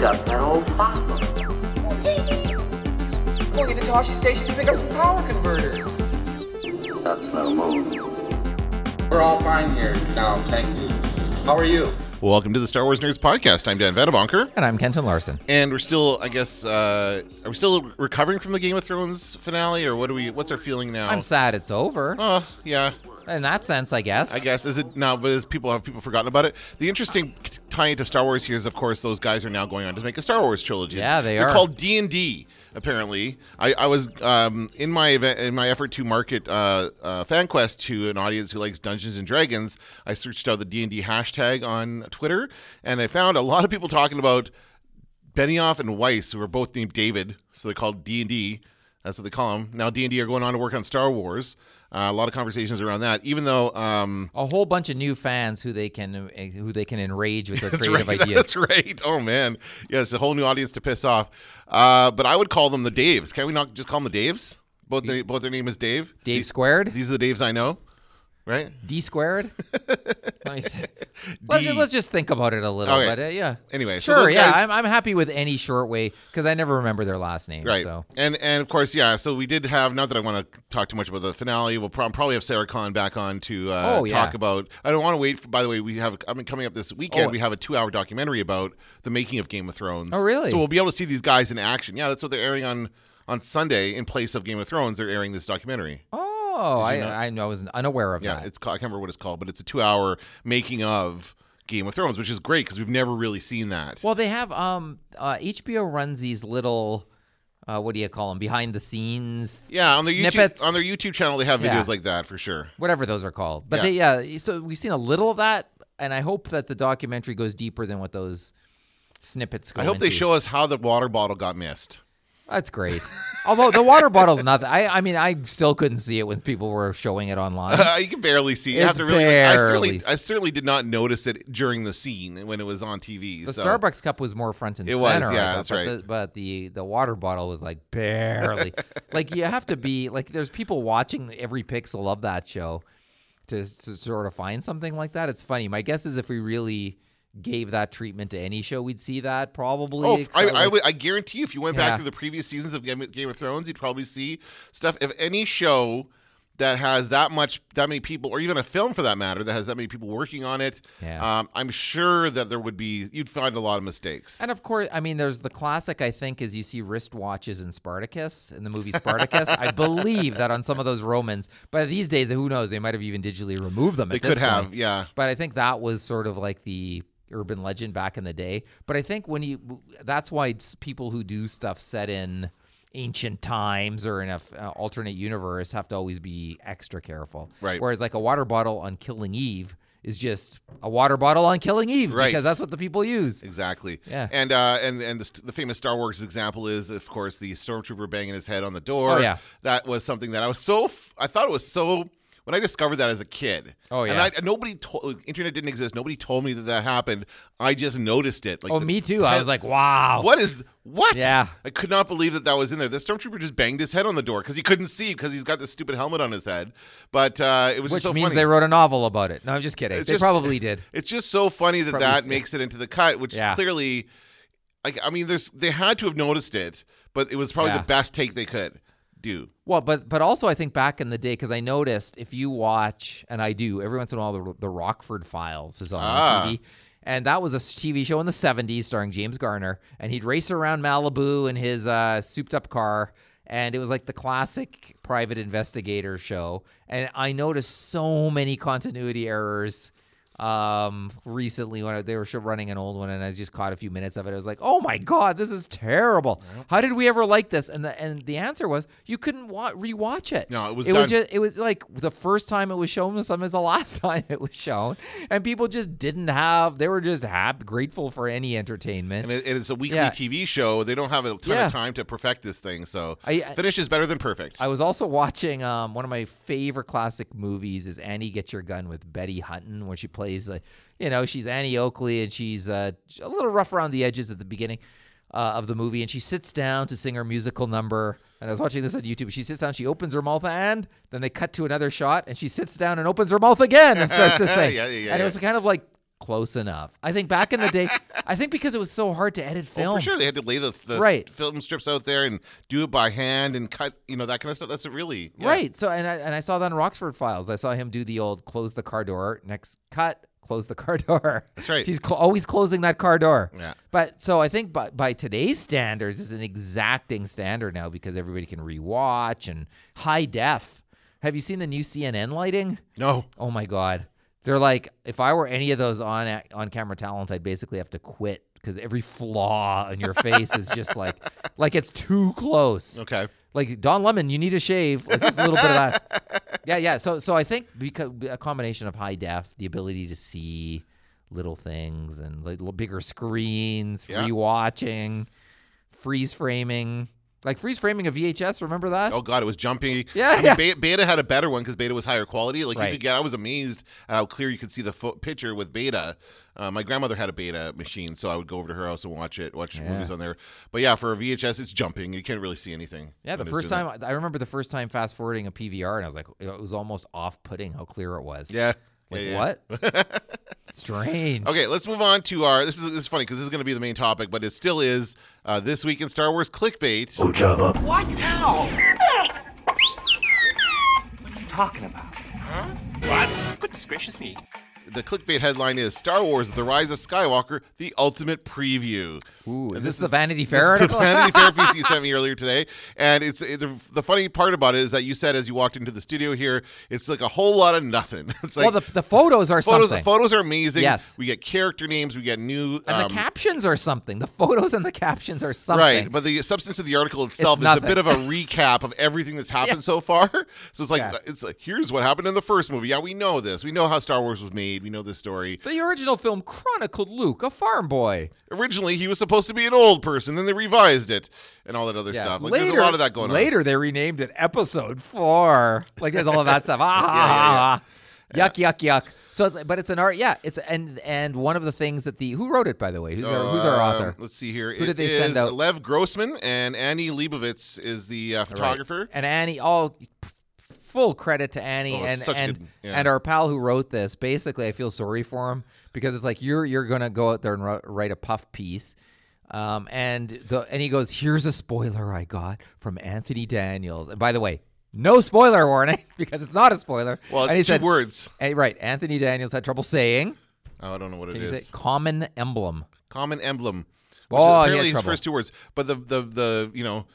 up that old fossil. Going into Toshi Station to pick up some power converters. That's no moon. We're all fine here now, thank you. How are you? Welcome to the Star Wars Nerds Podcast. I'm Dan Vadabonker, And I'm Kenton Larson. and we're still, I guess, uh, are we still recovering from the Game of Thrones finale, or what do we? What's our feeling now? I'm sad it's over. Oh, yeah, In that sense, I guess. I guess is it now? But is people have people forgotten about it? The interesting t- tie into Star Wars here is, of course, those guys are now going on to make a Star Wars trilogy. Yeah, they They're are. called D and D. Apparently, I, I was um, in my event, in my effort to market uh, uh, FanQuest to an audience who likes Dungeons and Dragons. I searched out the D and D hashtag on Twitter, and I found a lot of people talking about Benioff and Weiss, who are both named David, so they're called D and D. That's what they call them. Now D and D are going on to work on Star Wars. Uh, a lot of conversations around that. Even though um, a whole bunch of new fans who they can eh, who they can enrage with their creative right, ideas. That's right. Oh man, yes, a whole new audience to piss off. Uh, but I would call them the Daves. Can we not just call them the Daves? Both they, both their name is Dave. Dave These- squared, These are the Daves I know. Right. D squared. Like, let's, D. just, let's just think about it a little. Okay. But uh, yeah, Anyway, so sure. those yeah, guys- I'm, I'm happy with any short way because I never remember their last name. Right. So And and of course, yeah. So we did have. Not that I want to talk too much about the finale. We'll prob- probably have Sarah Khan back on to uh, Oh, yeah. talk about. I don't want to wait. For, by the way, we have. I mean, coming up this weekend, Oh. we have a two-hour documentary about the making of Game of Thrones. Oh, really? So we'll be able to see these guys in action. Yeah, that's what they're airing on on Sunday in place of Game of Thrones. They're airing this documentary. oh, I I, know I was unaware of Yeah, that. it's called, I can't remember what it's called, but it's a two-hour making of Game of Thrones, which is great because we've never really seen that. Well, they have um uh, HBO runs these little uh, what do you call them behind the scenes yeah, on their snippets. YouTube on their YouTube channel, they have videos Yeah. like that for sure. whatever those are called. But they, yeah, so we've seen a little of that, and I hope that the documentary goes deeper than what those snippets go. I hope they into. show us how the water bottle got missed. That's great. Although the water bottle's not. I I mean, I still couldn't see it when people were showing it online. Uh, you can barely see. You have It's to really. like, I barely certainly, s- I certainly did not notice it during the scene when it was on TV. The so. Starbucks cup was more front and It center. was, I yeah, thought, that's but right. The, but the the water bottle was like barely. like you have to be like there's people watching every pixel of that show to to sort of find something like that. It's funny. My guess is if we really gave that treatment to any show, we'd see that probably. Oh, except, I, I, like- would- I guarantee you, if you went back Yeah. through the previous seasons of Game, Game of Thrones, you'd probably see stuff. If any show that has that much, that many people, or even a film for that matter, that has that many people working on it, Yeah. um, I'm sure that there would be, you'd find a lot of mistakes. And of course, I mean, there's the classic. I think is you see wristwatches in Spartacus in the movie Spartacus. I believe that on some of those Romans, but these days, who knows? They might have even digitally removed them. They at this could have, point. yeah. But I think that was sort of like the urban legend back in the day. But I think when you, that's why it's people who do stuff set in ancient times or in a f- uh, alternate universe have to always be extra careful. Right. Whereas like a water bottle on Killing Eve is just a water bottle on Killing Eve Right. because that's what the people use. Exactly. Yeah. And uh, and and the, st- the famous Star Wars example is, of course, the stormtrooper banging his head on the door. Oh, yeah. That was something that I was so. F- I thought it was so. When I discovered that as a kid. Oh, And yeah. I, and nobody told. Internet didn't exist. Nobody told me that that happened. I just noticed it. Like Oh, the me too. I ten- was like, wow. What is what? Yeah. I could not believe that that was in there. The stormtrooper just banged his head on the door because he couldn't see because he's got this stupid helmet on his head. But uh, it was Which just so means funny. they wrote a novel about it. No, I'm just kidding. It's they just- probably did. It's just so funny that Probably- that makes it into the cut, which Yeah. is clearly, like, I mean, there's they had to have noticed it, but it was probably Yeah. the best take they could do. Well, but but also I think back in the day because I noticed if you watch and I do every once in a while the, the Rockford Files is on Ah. TV, and that was a s- TV show in the '70s starring James Garner, and he'd race around Malibu in his uh, souped-up car, and it was like the classic private investigator show. And I noticed so many continuity errors um recently when I, they were sh- running an old one and I just caught a few minutes of it I was like oh my god this is terrible how did we ever like this and the and the answer was you couldn't wa- rewatch it No, it was it was done. just it was like the first time it was shown was sometimes the last time it was shown and people just didn't have they were just happy grateful for any entertainment And, it, and it's a weekly Yeah. TV show. They don't have a ton Yeah. of time to perfect this thing, so I- I- finish is better than perfect. I was also watching um, one of my favorite classic movies is Annie Get Your Gun with Betty Hutton, where she plays like, you know, she's Annie Oakley and she's uh, a little rough around the edges at the beginning uh, of the movie, and she sits down to sing her musical number. And I was watching this on YouTube. She sits down, she opens her mouth, and then they cut to another shot, and she sits down and opens her mouth again and starts to sing. Yeah, yeah, yeah, and yeah. it was kind of like close enough. I think back in the day, I think because it was so hard to edit film. Well, Oh, for sure, they had to lay the, the Right. film strips out there and do it by hand and cut, you know, that kind of stuff. That's really yeah. Right. So and I and I saw that in Roxford Files. I saw him do the old close the car door, next cut, close the car door. That's right. He's cl- always closing that car door. Yeah. But so I think by, by today's standards is an exacting standard now because everybody can rewatch and high def. Have you seen the new CNN lighting? No, Oh my god. They're like if I were any of those on on camera talents, I'd basically have to quit because every flaw in your face is just like like it's too close. okay, Like Don Lemon, you need a shave. Like there's a little bit of that. Yeah, yeah. So so I think because a combination of high def, the ability to see little things and like little bigger screens, Yeah. rewatching, freeze framing. Like freeze framing of VHS, remember that? oh god, it was jumpy. Yeah, I mean, yeah. Be- Beta had a better one because Beta was higher quality. Like Right. you could get, I was amazed at how clear you could see the fo- picture with Beta. Uh, my grandmother had a Beta machine, so I would go over to her house and watch it, watch Yeah. movies on there. But yeah, for a VHS, it's jumping. You can't really see anything. Yeah, the when it's first doing time I remember the first time fast forwarding a PVR, and I was like, it was almost off-putting how clear it was. that. Yeah. like Yeah, yeah. what? Strange. Okay, let's move on to our. This is this is funny because this is going to be the main topic, but it still is uh, this week in Star Wars clickbait. What? Ow! What are you talking about? Goodness gracious me. The clickbait headline is Star Wars: The Rise of Skywalker, the ultimate preview. Ooh, And is this, the Vanity Fair this is article? the Vanity Fair piece you sent me earlier today, and it's it, the, the funny part about it is that you said as you walked into the studio here, it's like a whole lot of nothing. It's like well, the, the photos are photos. something. Photos are amazing. Yes. we get character names, we get new. and um, the captions are something. The photos and the captions are something. Right, but the substance of the article itself is a nothing. bit of a recap of everything that's happened so far. So it's like Yeah. it's like here's what happened in the first movie. Yeah, we know this. We know how Star Wars was made. We know this story. The original film chronicled Luke, a farm boy. Originally, he was supposed to be an old person, then they revised it and all that other stuff. Like there's a lot of that going later, they renamed it Episode Four. Like there's all of that stuff. Ah, ah, ah. yuck, yuck, yuck. So, it's, but it's an art. Yeah, it's and and one of the things that the who wrote it by the way. Who's, on. our, who's our Um, author? Let's see here. Who It did they send is out? Lev Grossman and Annie Leibovitz is the uh, photographer. And Annie, all full credit to Annie Oh, it's and such and, good- yeah. and our pal who wrote this. Basically, I feel sorry for him because it's like you're you're gonna go out there and wri- write a puff piece. Um, and the and he goes, here's a spoiler I got from Anthony Daniels. And by the way, no spoiler warning because it's not a spoiler. Well, And he it's two said- words. and- right, Anthony Daniels had trouble saying. Oh, I don't know what it Can you is. say common emblem? common emblem. Which Oh, he is had apparently his trouble. first two words. But the the the you know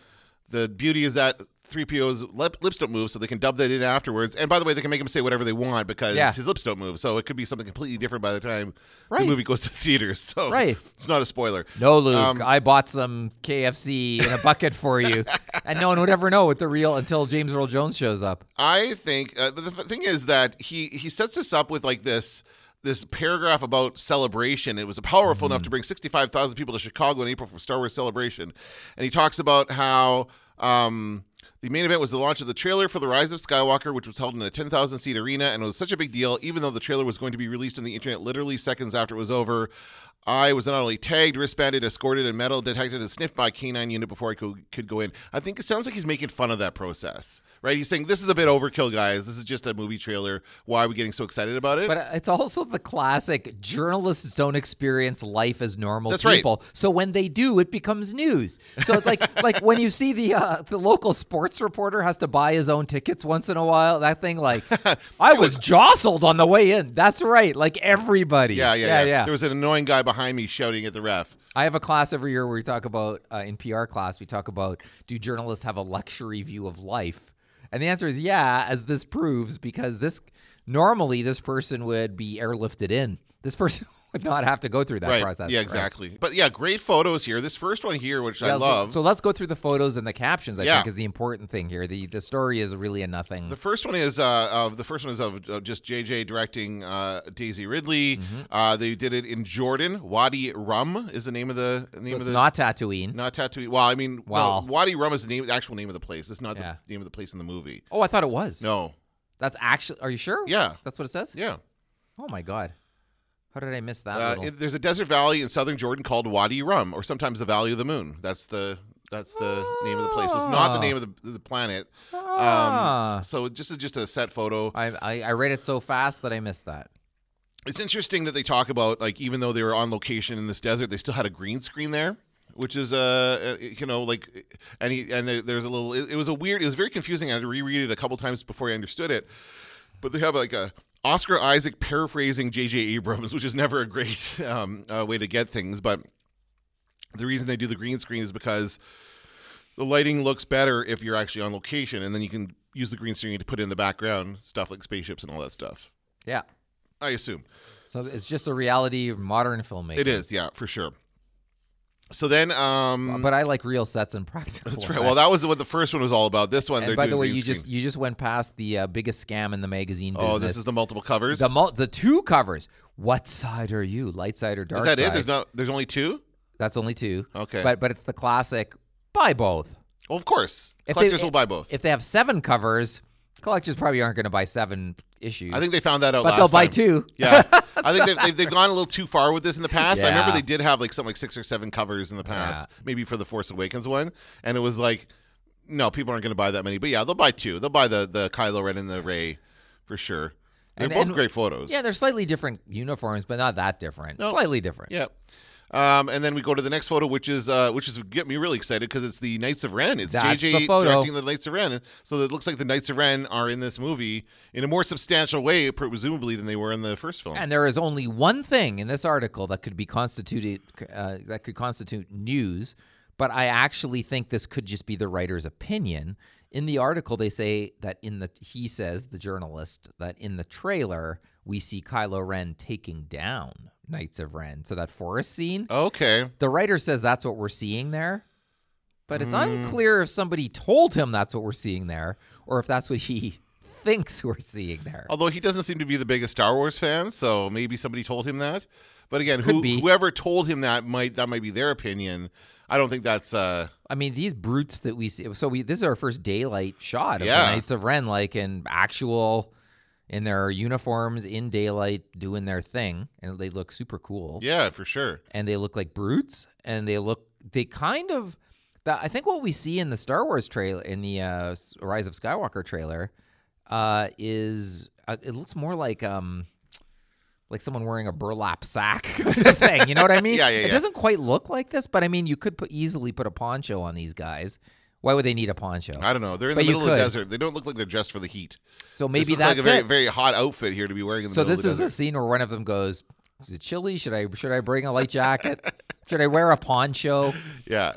the beauty is that 3PO's lip, lips don't move, so they can dub that in afterwards. And by the way, they can make him say whatever they want because Yeah. his lips don't move. So it could be something completely different by the time the Right. movie goes to theaters. So Right. it's not a spoiler. No, Luke, Um, I bought some KFC in a bucket for you, and no one would ever know what the real until James Earl Jones shows up. I think uh, but the th- thing is that he he sets this up with like this this paragraph about celebration. It was powerful enough to bring sixty five thousand people to Chicago in April for Star Wars Celebration, and he talks about how. Um, the main event was the launch of the trailer for The Rise of Skywalker, which was held in a 10,000 seat arena and was such a big deal, even though the trailer was going to be released on the internet literally seconds after it was over. I was not only tagged, wristbanded, escorted, and metal detected and sniffed by a canine unit before I could, could go in. I think it sounds like he's making fun of that process, right? He's saying, This is a bit overkill, guys. This is just a movie trailer. Why are we getting so excited about it? But uh, it's also the classic journalists don't experience life as normal That's right. people. So when they do, it becomes news. So it's like like when you see the uh, the local sports reporter has to buy his own tickets once in a while. That thing like I was jostled on the way in. That's right. Like everybody. yeah, yeah, yeah, There was an annoying guy behind me shouting at the ref. I have a class every year where we talk about uh, in PR class we talk about do journalists have a luxury view of life, and the answer is yeah, as this proves because this normally this person would be airlifted in. This person would not have to go through that right. process. yeah, right? exactly. But yeah, great photos here. This first one here, which Yeah, I so- love. So, let's go through the photos and the captions. I Yeah. think is the important thing here. the The story is really a nothing. The first one is uh, of the first one is of uh, just JJ directing uh, Daisy Ridley. Mm-hmm. Uh, they did it in Jordan. Wadi Rum is the name of the name so of it's the not Tatooine. not Tatooine. Well, I mean, Wow. no, Wadi Rum is the name, the actual name of the place. It's not Yeah. the name of the place in the movie. Oh, I thought it was. No, that's actually. Are you sure? Yeah. that's what it says. yeah. Oh my god, how did I miss that? Uh, little? it- there's a desert valley in southern Jordan called Wadi Rum, or sometimes the Valley of the Moon. That's the that's the name of the place. So it's not the Ah. name of the, the planet. Ah. Um, so this is just a set photo. I, I I read it so fast that I missed that. it's interesting that they talk about like even though they were on location in this desert, they still had a green screen there, which is uh uh, you know like and he, and there- there's a little. It, it was a weird. It was very confusing. I had to reread it a couple times before I understood it. But they have like a Oscar Isaac paraphrasing J.J. Abrams, which is never a great um, uh, way to get things. But the reason they do the green screen is because the lighting looks better if you're actually on location, and then you can use the green screen to put in the background stuff like spaceships and all that stuff. Yeah. I assume. So it's just a reality of modern filmmaking. It is, yeah, for sure. So then, um, But I like real sets and practical. that's right. Well, that was what the first one was all about. This one, and they're by doing the way, green you just screen. you just went past the uh, biggest scam in the magazine business. oh, this is the multiple covers. the mul- the two covers. What side are you? Light side or dark is that side? it? There's not. There's only two. That's only two. Okay. But but it's the classic. Buy both. Well, of course, If they- eh, collectors will buy both. If they have seven covers, collectors probably aren't going to buy seven issues. I think they found that out. but last they'll buy time. two. Yeah, I think they've, they've, they've gone a little too far with this in the past. I remember Yeah. they did have like something like six or seven covers in the past, maybe for the Force Awakens one, and it was like, no, people aren't going to buy that many. But yeah, they'll buy two. They'll buy the the Kylo Ren and the Ray, for sure. They're And- both and- great photos. Yeah, they're slightly different uniforms, but not that different. Slightly different. Yeah. Um, and then we go to the next photo, which is uh, which is get me really excited because it's the Knights of Ren. It's That's JJ the photo. directing the Knights of Ren, so it looks like the Knights of Ren are in this movie in a more substantial way, presumably than they were in the first film. And there is only one thing in this article that could be constituted uh, that could constitute news, but I actually think this could just be the writer's opinion. In the article, they say that in the he says the journalist that in the trailer we see Kylo Ren taking down Knights of Ren, so that forest scene. okay, The writer says that's what we're seeing there, but it's unclear if somebody told him that's what we're seeing there, or if that's what he thinks we're seeing there. although he doesn't seem to be the biggest Star Wars fan, so maybe somebody told him that. But again, Could who, be. whoever told him that might that might be their opinion. I don't think that's uh, I mean, these brutes that we see. So we this is our first daylight shot of Yeah. the Knights of Ren, like in actual, in their uniforms in daylight, doing their thing, and they look super cool. yeah for sure. And they look like brutes, and they look they kind of. That I think what we see in the Star Wars trailer, in the uh, S- Rise of Skywalker trailer, uh, is uh, it looks more like um. Like someone wearing a burlap sack kind of thing, you know what I mean? Yeah, yeah, It yeah. doesn't doesn't quite look like this, but I mean, you could put, easily put a poncho on these guys. Why would they need a poncho? I don't know. They're in But the you middle of the could. desert. They don't look like they're dressed for the heat. So This maybe looks that's like a very it. very hot outfit here to be wearing in the so middle of this the is the desert. scene where one of them goes, "Is it chilly? Should I should I bring a light jacket? should I wear a poncho?" Yeah.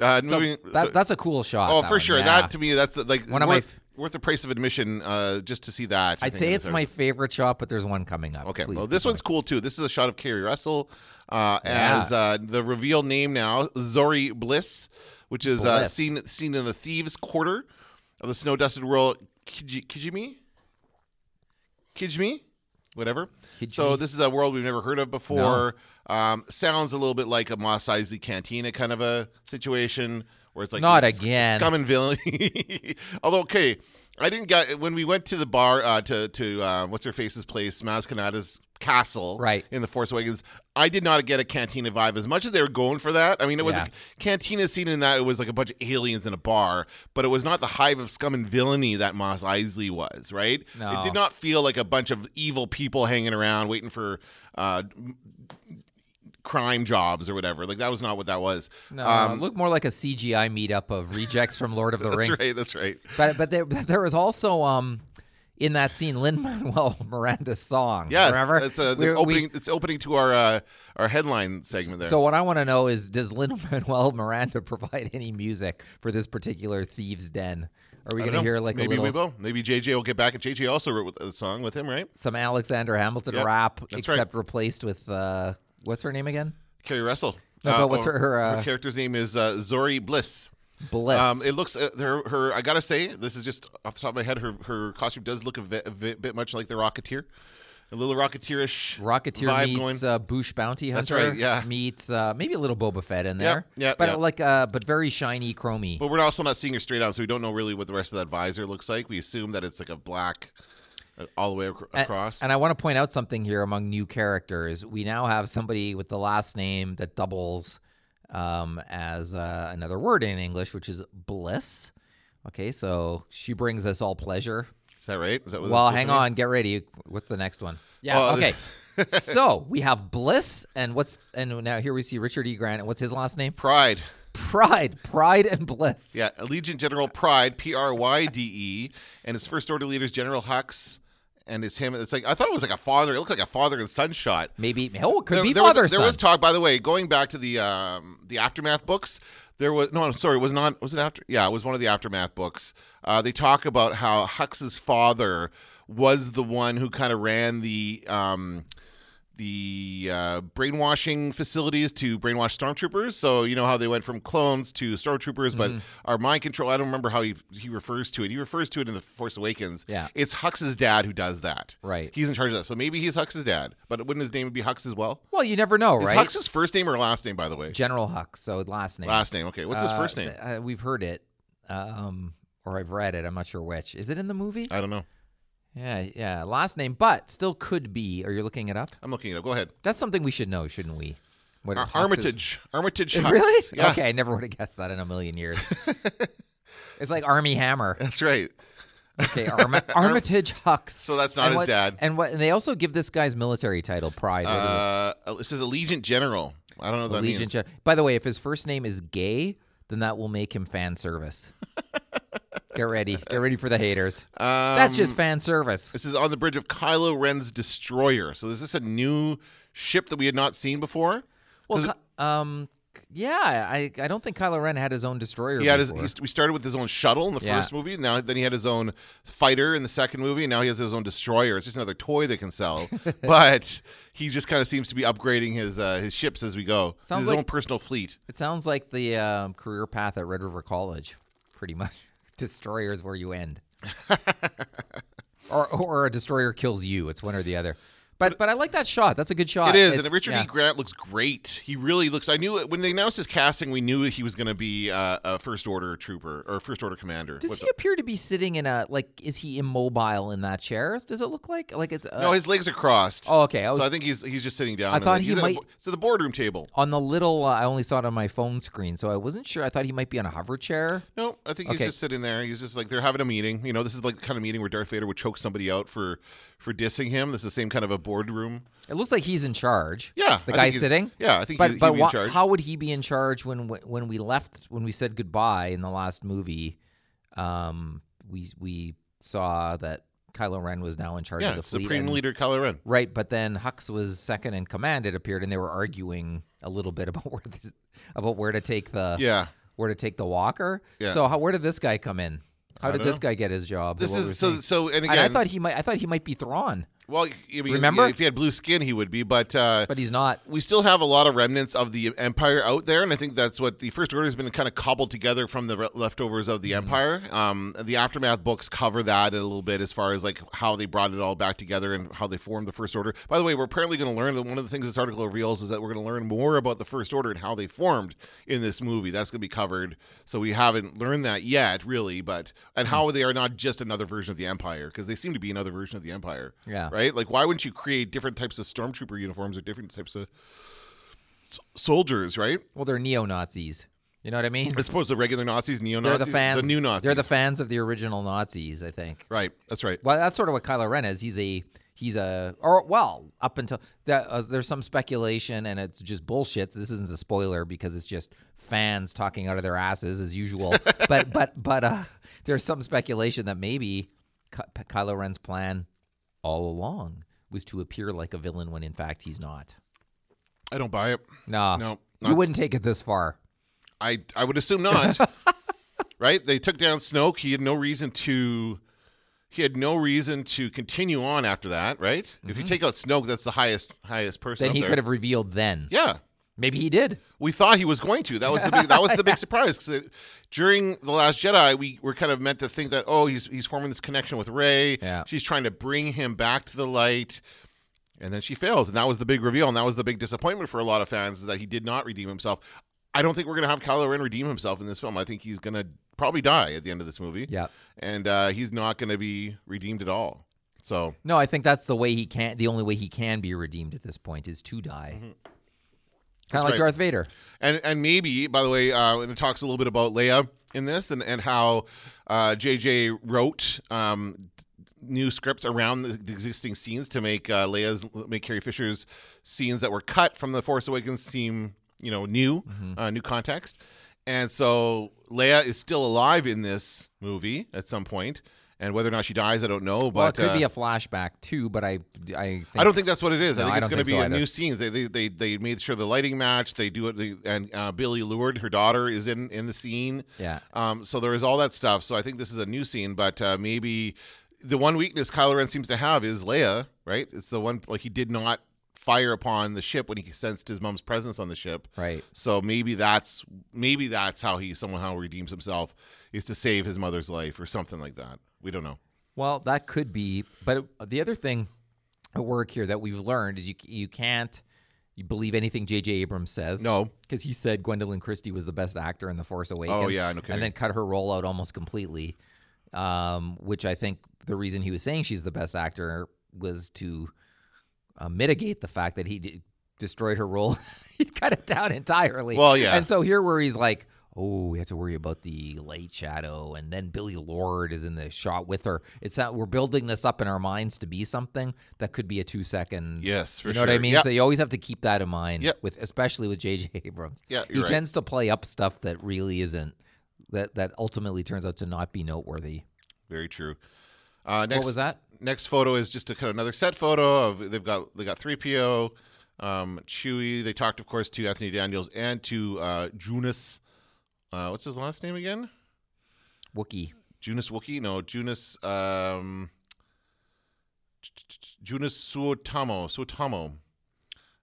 Uh, So moving, that, so- that's a cool shot. oh, that for one, sure. yeah. That to me, that's the, like One of my worth, f- worth the price of admission uh, just to see that. I I'd think, say in it's this my area. favorite shot, but there's one coming up. Okay, Please well, keep this going. one's cool too. This is a shot of Carrie Russell uh, Yeah. as uh, the revealed name now, Zori Bliss, which is uh, Bliss. seen seen in the Thieves Quarter of the snow dusted world Kij- Kijimi, Kijimi, whatever. So Kijimi. this is a world we've never heard of before. Um, sounds a little bit like a Mos Eisley Cantina kind of a situation where it's like Not sc- again. scum and villainy. Although, okay, I didn't get when we went to the bar uh, to to uh, what's her face's place, Maz Kanata's castle, Right. in the Force Awakens. I did not get a cantina vibe as much as they were going for that. I mean, it was Yeah. a cantina scene in that it was like a bunch of aliens in a bar, but it was not the hive of scum and villainy that Mos Eisley was. Right? It No. did not feel like a bunch of evil people hanging around waiting for. Uh, m- crime jobs or whatever like that was not what that was Um, No, look more like a CGI meetup of rejects from Lord of the that's Rings. right that's right But but there, but there was also um in that scene Lin Manuel Miranda's song. Yes, remember? it's uh, the We- we- opening. it's opening to our uh, our headline segment there. So what I want to know is, does Lin Manuel Miranda provide any music for this particular thieves' den? Are we I don't going to know. hear like maybe a we little will. Maybe JJ will get back. And JJ also wrote with, a song with him, right? some Alexander Hamilton Yep, rap, that's right. except replaced with uh, what's her name again? Carrie Russell. No, but what's her- her, uh, character's name is uh, Zori Bliss. Bliss. Um, it looks uh, her, her. I gotta say, this is just off the top of my head. Her her costume does look a, ve- a ve- bit much like the Rocketeer, a little Rocketeerish Rocketeer vibe meets going. uh, Bush Bounty That's Hunter. right, yeah. Meets uh, maybe a little Boba Fett Yep, in there. yep, But yep. like, uh, but very shiny, chromy. but we're also not seeing her straight on, so we don't know really what the rest of that visor looks like. We assume that it's like a black, uh, all the way ac- A- across. And I want to point out something here among new characters. We now have somebody with the last name that doubles um, as uh, another word in English, which is bliss. Okay, so she brings us all pleasure. is that right? Is that what it's well, supposed hang to be? on, get ready. What's the next one? Yeah. Oh, okay. so we have Bliss and what's and now here we see Richard E. Grant and what's his last name? Pride. Pride, Pride and Bliss. Yeah, Allegiant General Pride, P R Y D E, and his first order leader is General Hux, and it's him. It's like I thought it was like a father. It looked like a father and son shot. Maybe oh, it could be there father was, son. There was talk, by the way, going back to the um, the aftermath books. There was no, I'm sorry, it was not. Was it after? Yeah, it was one of the aftermath books. Uh, they talk about how Hux's father was the one who kind of ran the. Um, the uh, brainwashing facilities to brainwash stormtroopers. So you know how they went from clones to stormtroopers, but Mm-hmm. our mind control. I don't remember how he he refers to it. He refers to it in the Force Awakens. Yeah. it's Hux's dad who does that. Right. he's in charge of that. So maybe he's Hux's dad, but wouldn't his name be Hux as well? well, you never know, Is right? Hux's first name or last name, by the way? General Hux, so last name. last name. Okay. What's his Uh, first name? th- Uh, we've heard it, um, or I've read it. I'm not sure which. Is it in the movie? I don't know. yeah, yeah. Last name, but still could be. Are you looking it up? I'm looking it up. Go ahead. That's something we should know, shouldn't we? What Ar- Hux's- Armitage. Armitage Hux. Really? Yeah, Okay, I never would have guessed that in a million years. it's like Army Hammer. that's right. Okay, Arm- Armitage Hux. So that's not And his what- dad. And what? And they also give this guy's military title, Pride. What is it? Uh, it says Allegiant General. I don't know what that Allegiant means. Gen- By the way, if his first name is Gay, then that will make him fan service. Get ready. Get ready for the haters. That's Um, just fan service. This is on the bridge of Kylo Ren's destroyer. So is this a new ship that we had not seen before? Well, Ky- um, yeah, I, I don't think Kylo Ren had his own destroyer. He had his, before. he, we started with his own shuttle in the Yeah. first movie. Now then he had his own fighter in the second movie. And now he has his own destroyer. It's just another toy they can sell. but he just kind of seems to be upgrading his uh, his ships as we go. Sounds his like- own personal fleet. It sounds like the um, career path at Red River College, pretty much. destroyer is where you end, or or a destroyer kills you. It's one or the other. But but I like that shot. That's a good shot. It is, It's- and Richard yeah. E. Grant looks great. He really looks. I knew it- when they announced his casting, we knew he was going to be uh, a first order trooper or first order commander. Does What's he appear to be sitting in a like? Is he immobile in that chair? Does it look like like it's uh, No, his legs are crossed. Oh, okay. I was- so I think he's he's just sitting down. I and, thought like, he he's at a might- bo- It's at the boardroom table. on the little? Uh, I only saw it on my phone screen, so I wasn't sure. I thought he might be on a hover chair. No, I think he's Okay. just sitting there. He's just like they're having a meeting. You know, this is like the kind of meeting where Darth Vader would choke somebody out for for dissing him. This is the same kind of a boardroom. It looks like he's in charge. Yeah, the I guy think he's- sitting. yeah, I think but he- he'd but be in wha- charge. how would he be in charge when when we left when we said goodbye in the last movie? Um, we we saw that Kylo Ren was now in charge Yeah, of the fleet. Supreme and- Leader Kylo Ren. Right, but then Hux was second in command. It appeared, and they were arguing a little bit about where this, about where to take the Yeah. where to take the walker. Yeah. So how, where did this guy come in? How I did don't this know. guy get his job? This What we're is so seeing. so. And again, and I thought he might I thought he might be Thrawn, well, I mean, Remember? if he had blue skin, he would be. But uh, but he's not. we still have a lot of remnants of the empire out there, and I think that's what the first order has been kind of cobbled together from the re- leftovers of the empire. Um, the aftermath books cover that a little bit as far as like how they brought it all back together and how they formed the first order. By the way, we're apparently going to learn that one of the things this article reveals is that we're going to learn more about the first order and how they formed in this movie. That's going to be covered, so we haven't learned that yet, really. But and how they are not just another version of the empire because they seem to be another version of the empire. Yeah. Right. Like, why wouldn't you create different types of stormtrooper uniforms or different types of soldiers, right? Well, they're neo Nazis. You know what I mean? As opposed to regular Nazis, neo They're Nazis, the fans. new Nazis. They're the fans of the original Nazis. I think. right. That's right. Well, that's sort of what Kylo Ren is. He's a he's a or well up until that uh, there's some speculation and it's just bullshit. This isn't a spoiler because it's just fans talking out of their asses as usual. but but but uh, there's some speculation that maybe Ky- Kylo Ren's plan all along was to appear like a villain when in fact he's not. I don't buy it. Nah, No, you not- wouldn't take it this far. I I would assume not. right? They took down Snoke. He had no reason to. He had no reason to continue on after that, right? If you take out Snoke, that's the highest highest person. Mm-hmm. Then up he there. could have revealed then. Yeah. Maybe he did. we thought he was going to. That was the big, that was the big surprise. 'cause it- during the Last Jedi, we were kind of meant to think that oh, he's he's forming this connection with Ray. Yeah. she's trying to bring him back to the light, and then she fails, and that was the big reveal, and that was the big disappointment for a lot of fans is that he did not redeem himself. I don't think we're gonna have Kylo Ren redeem himself in this film. I think he's gonna probably die at the end of this movie. Yeah. and uh, he's not gonna be redeemed at all. So No, I think that's the way he can. The only way he can be redeemed at this point is to die, kind of like Mm-hmm. right. Darth Vader. And and maybe, by the way, uh, and it talks a little bit about Leia in this and and how uh, JJ wrote um, new scripts around the, the existing scenes to make uh, Leia's make Carrie Fisher's scenes that were cut from the Force Awakens seem you know new, Mm-hmm. uh, new context. And so Leia is still alive in this movie at some point, and whether or not she dies, I don't know. But well, it could uh, be a flashback too, but I, I, think, I don't think that's what it is. I No, think I it's don't going to think be so a either. new scenes. They, they they they made sure the lighting matched. They do it. They, and uh, Billy Lord, her daughter, is in in the scene. Yeah. Um. So there is all that stuff. So I think this is a new scene, but uh, maybe the one weakness Kylo Ren seems to have is Leia. Right. It's the one like he did not fire upon the ship when he sensed his mom's presence on the ship. Right. So maybe that's maybe that's how he somehow redeems himself is to save his mother's life or something like that. We don't know. Well, that could be. But it- the other thing at work here that we've learned is you you can't you believe anything J.J. Abrams says. No. because he said Gwendolyn Christie was the best actor in The Force Awakens. Oh, yeah, no kidding. and then cut her role out almost completely. Um, which I think the reason he was saying she's the best actor was to uh, mitigate the fact that he d- destroyed her role. he cut it down entirely. Well, yeah. And so here, where he's like, "Oh, we have to worry about the light shadow," and then Billy Lord is in the shot with her. It's that we're building this up in our minds to be something that could be a two second. Yes, for you know what I sure. mean. Yep. So you always have to keep that in mind. Yep. With especially with J.J. Abrams. Yeah, he you're right. tends to play up stuff that really isn't. That that ultimately turns out to not be noteworthy. Very true. Uh, next, what was that? next photo is just a kind of another set photo of they've got they got three PO, um, Chewie. They talked, of course, to Anthony Daniels and to uh, Junus. Uh, what's his last name again? Wookie. Junus Wookie? No, Junus. Um, Junus Suotamo. Suotamo.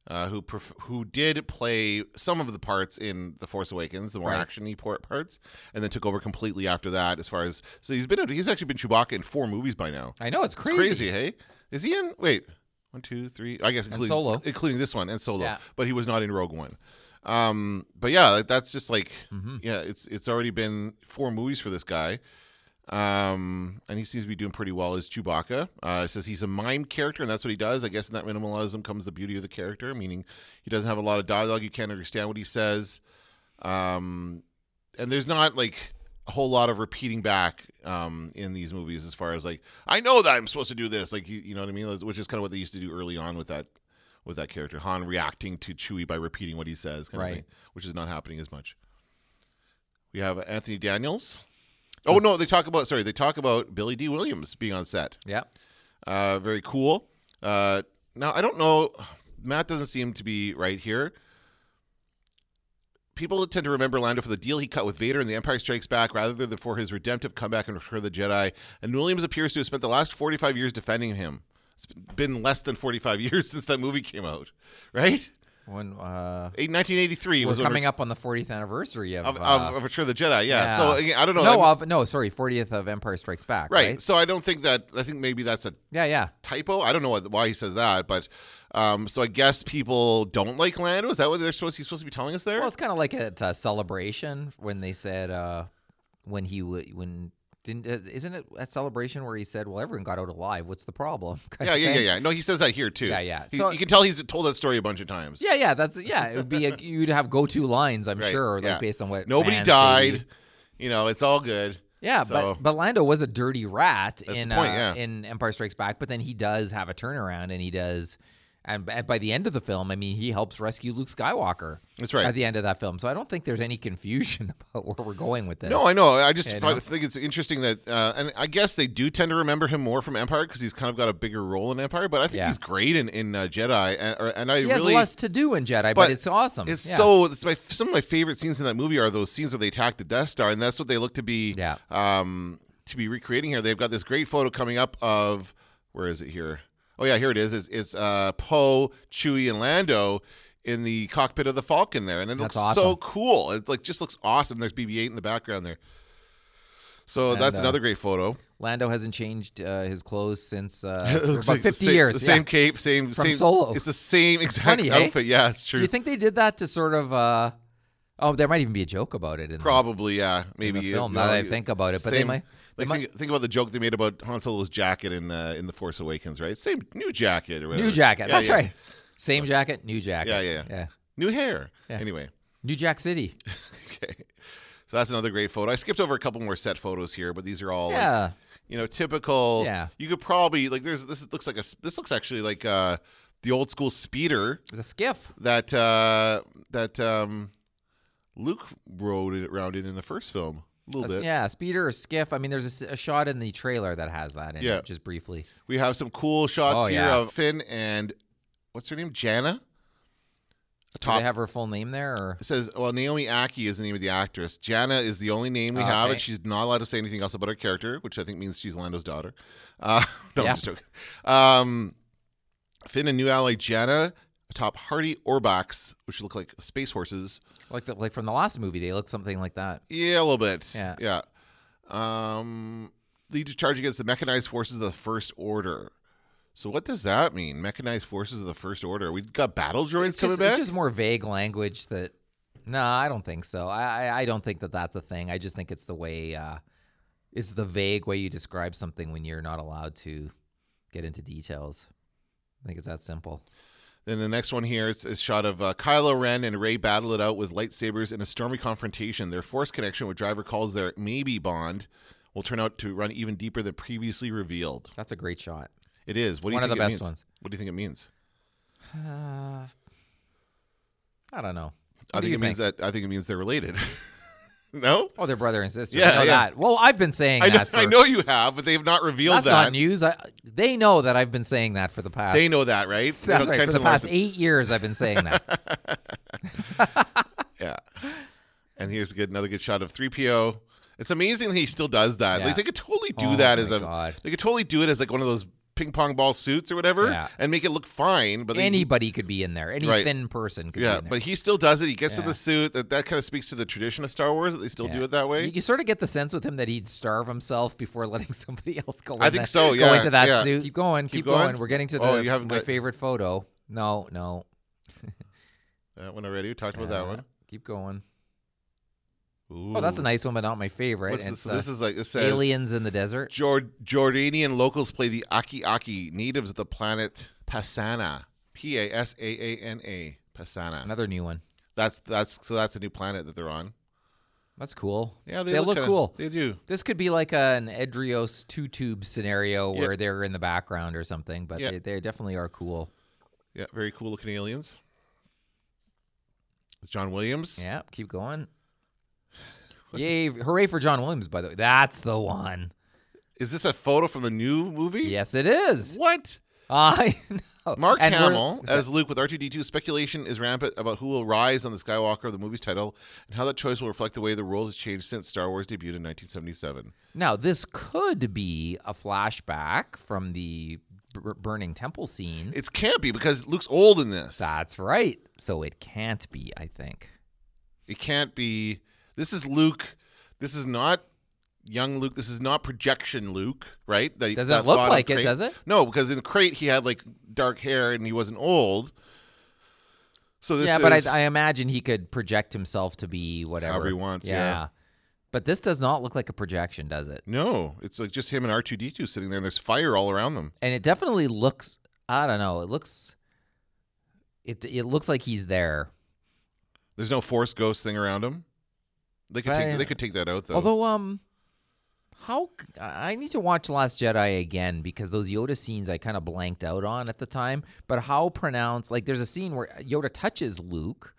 Uh, who perf- who did play some of the parts in The Force Awakens, the more Right. action-y por- parts, and then took over completely after that. As far as so, he's been he's actually been Chewbacca in four movies by now. I know it's It's crazy, hey? Is he in? Wait, one, two, three. I guess including, Solo. including this one and solo, Yeah. but he was not in Rogue One. Um, but yeah, like, that's just like Hmm. Mm-hmm. yeah, it's it's already been four movies for this guy, um, and he seems to be doing pretty well as Chewbacca. Uh, it says he's a mime character, and that's what he does. I guess in that minimalism comes the beauty of the character, meaning he doesn't have a lot of dialogue. You can't understand what he says. Um, and there's not like a whole lot of repeating back um, in these movies as far as like I know that I'm supposed to do this, like you, you know what I mean, which is kind of what they used to do early on with that with that character Han reacting to Chewie by repeating what he says, kind of Right. thing, which is not happening as much. We have Anthony Daniels. Oh no, they talk about sorry, they talk about Billy D. Williams being on set. Yeah. Uh, very cool. Uh, now I don't know. Matt doesn't seem to be right here. People tend to remember Lando for the deal he cut with Vader in The Empire Strikes Back rather than for his redemptive comeback in Return of the Jedi. And Williams appears to have spent the last 45 years defending him. It's been less than 45 years since that movie came out, right? When uh, Eight- 1983 we're was when coming up on the 40th anniversary of, of, uh, of, of Return of the Jedi. Yeah. yeah. So again, I don't know. No, I'm- of no, sorry, 40th of Empire Strikes Back. Right. right. So I don't think that. I think maybe that's a Yeah, yeah. typo. I don't know what, why he says that, but um, so I guess people don't like Lando. Is that what they're supposed? He's supposed to be telling us there. Well, it's kind of like at uh, celebration when they said uh, when he would when didn't uh, isn't it at celebration where he said, "Well, everyone got out alive. What's the problem?" kind yeah, of yeah, yeah, thing? yeah. No, he says that here too. Yeah, yeah. He- So- you can tell he's told that story a bunch of times. Yeah, yeah, that's yeah. It would be a, you'd have go-to lines, I'm Right, sure, like yeah. based on what Nobody fans say. died. You know, it's all good. Yeah, So- but but Lando was a dirty rat the in point, uh, yeah. in Empire Strikes Back, but then he does have a turnaround, and he does, and, b- by the end of the film, I mean, he helps rescue Luke Skywalker. That's right. At the end of that film, so I don't think there's any confusion about where we're going with this. No, I know. I just You find- know? think it's interesting that, uh, and I guess they do tend to remember him more from Empire because he's kind of got a bigger role in Empire. But I think Yeah. he's great in in uh, Jedi, and, or- and I he has really less to do in Jedi, but, it's awesome. It's Yeah. so it's my some of my favorite scenes in that movie are those scenes where they attack the Death Star, and that's what they look to be Yeah. um to be recreating here. They've got this great photo coming up of where is it here? Oh yeah, here it is. It's, it's uh, Poe, Chewie, and Lando in the cockpit of the Falcon there, and it That's looks so awesome. cool. It like just looks awesome. There's BB-8 in the background there. So that's uh, another great photo. Lando hasn't changed uh, his clothes since uh, It for looks about like the fifty same- years. The yeah. same cape, same From same Solo. It's the same exact Funny, eh? outfit. Yeah, it's true. Do you think they did that to sort of? Uh, oh, there might even be a joke about it in the- Probably, yeah. Maybe the you- film, no, now that I you- think about it, but they might- they like, Think, think about the joke they made about Han Solo's jacket in uh, in the Force Awakens, right? Same new jacket or whatever. New jacket. Yeah, That's yeah. right. Same jacket, new jacket. Yeah, yeah, yeah. New hair. Yeah. Anyway, New Jack City. okay. So that's another great photo. I skipped over a couple more set photos here, but these are all like, yeah. you know, typical. Yeah. You could probably like there's this looks like a this looks actually like uh the old school speeder The skiff. that uh that um Luke rode it around in in the first film a little bit. Yeah, speeder or skiff. I mean, there's a s- a, shot in the trailer that has that in Yeah. it, just briefly. We have some cool shots Oh, here yeah. of Finn and what's her name, Jana. Do they have her full name there? Or It says, well, Naomi Aki is the name of the actress. Jana is the only name we have, Oh, Okay. and she's not allowed to say anything else about her character, which I think means she's Lando's daughter. Uh, no, Yeah. I'm just joking. Um, Finn and new ally Jana atop hardy Orbachs, which look like space horses. like the, like from the last movie, they look something like that. Yeah, a little bit. Yeah. Yeah. Um, lead to charge against the mechanized forces of the First Order. So what does that mean? Mechanized forces of the First Order. We've got battle droids It's coming just, back. it's just more vague language that. No, I don't think so. I, I I don't think that that's a thing. I just think it's the way, uh, it's the vague way you describe something when you're not allowed to get into details. I think it's that simple. Then the next one here is is shot of uh, Kylo Ren and Ray battle it out with lightsabers in a stormy confrontation. Their force connection, what Driver calls their maybe bond, will turn out to run even deeper than previously revealed. That's a great shot. It is. What do you One of think the it best means? ones. What do you think it means? Uh, I don't know. What I do think you it means that I think it means they're related. no, Oh, they're brother and sister. Yeah, I know yeah. that. Well, I've been saying I know, that. For, I know you have, but they have not revealed that's that. not news. I, they know that I've been saying that for the past. They know that, right? They That's know right. For the Kenton past Larson- eight years, I've been saying that. Yeah. And here's a good another good shot of 3PO. It's amazing that he still does that. Yeah. Like they could totally do Oh that my as a God. they could totally do it as like one of those ping pong ball suits or whatever Yeah. and make it look fine, but they, Anybody could be in there. Any Right. thin person could yeah, be in there. but he still does it. He gets in Yeah. the suit. That, that kind of speaks to the tradition of Star Wars that they still do Yeah. it that way. You, you sort of get the sense with him that he'd starve himself before letting somebody else go. I in think that- so, Go yeah, into that yeah. suit. Keep going. Keep, Keep going. going. We're getting to the Oh, you haven't my got- favorite photo. No, no. that one already. We talked about Uh, that one. Keep going. Oh, that's a Ooh. nice one, but not my favorite. What's It's, this? So uh, this is like it says aliens in the desert. Jord- Jordanian locals play the Aki Aki, natives of the planet Pasana. P A S A A N A. Pasana. Another new one. That's that's so that's a new planet that they're on. That's cool. Yeah, they, look, kinda- cool. They do. This could be like an Edrios two tube scenario Yeah. where they're in the background or something, but Yeah. they, they definitely are cool. Yeah, very cool looking aliens. It's John Williams. Yeah, keep going. Yay! Hooray for John Williams, by the way. That's the one. Is this a photo from the new movie? Yes, it is. What? I know. Mark And we're- Hamill as Luke with R2D2. Speculation is rampant about who will rise on the Skywalker of the movie's title and how that choice will reflect the way the world has changed since Star Wars debuted in 1977. Now, this could be a flashback from the b- burning temple scene. It can't be because Luke's old in this. That's right. So it can't be, I think. It can't be. This is Luke. This is not young Luke. This is not projection Luke, right? That- Doesn't that look thought of like it, Krayt- does it? No, because in the crate he had like dark hair and he wasn't old. So this yeah, is, but I, I imagine he could project himself to be whatever However he wants, yeah. But this does not look like a projection, does it? no, it's like just him and R two D two sitting there, and there's fire all around them. And it definitely looks. I don't know. It looks. It it looks like he's there. There's no force ghost thing around him. They could Right. take, they could take that out though. Although um, how c- I I need to watch Last Jedi again because those Yoda scenes I kind of blanked out on at the time. But how pronounced? Like, there's a scene where Yoda touches Luke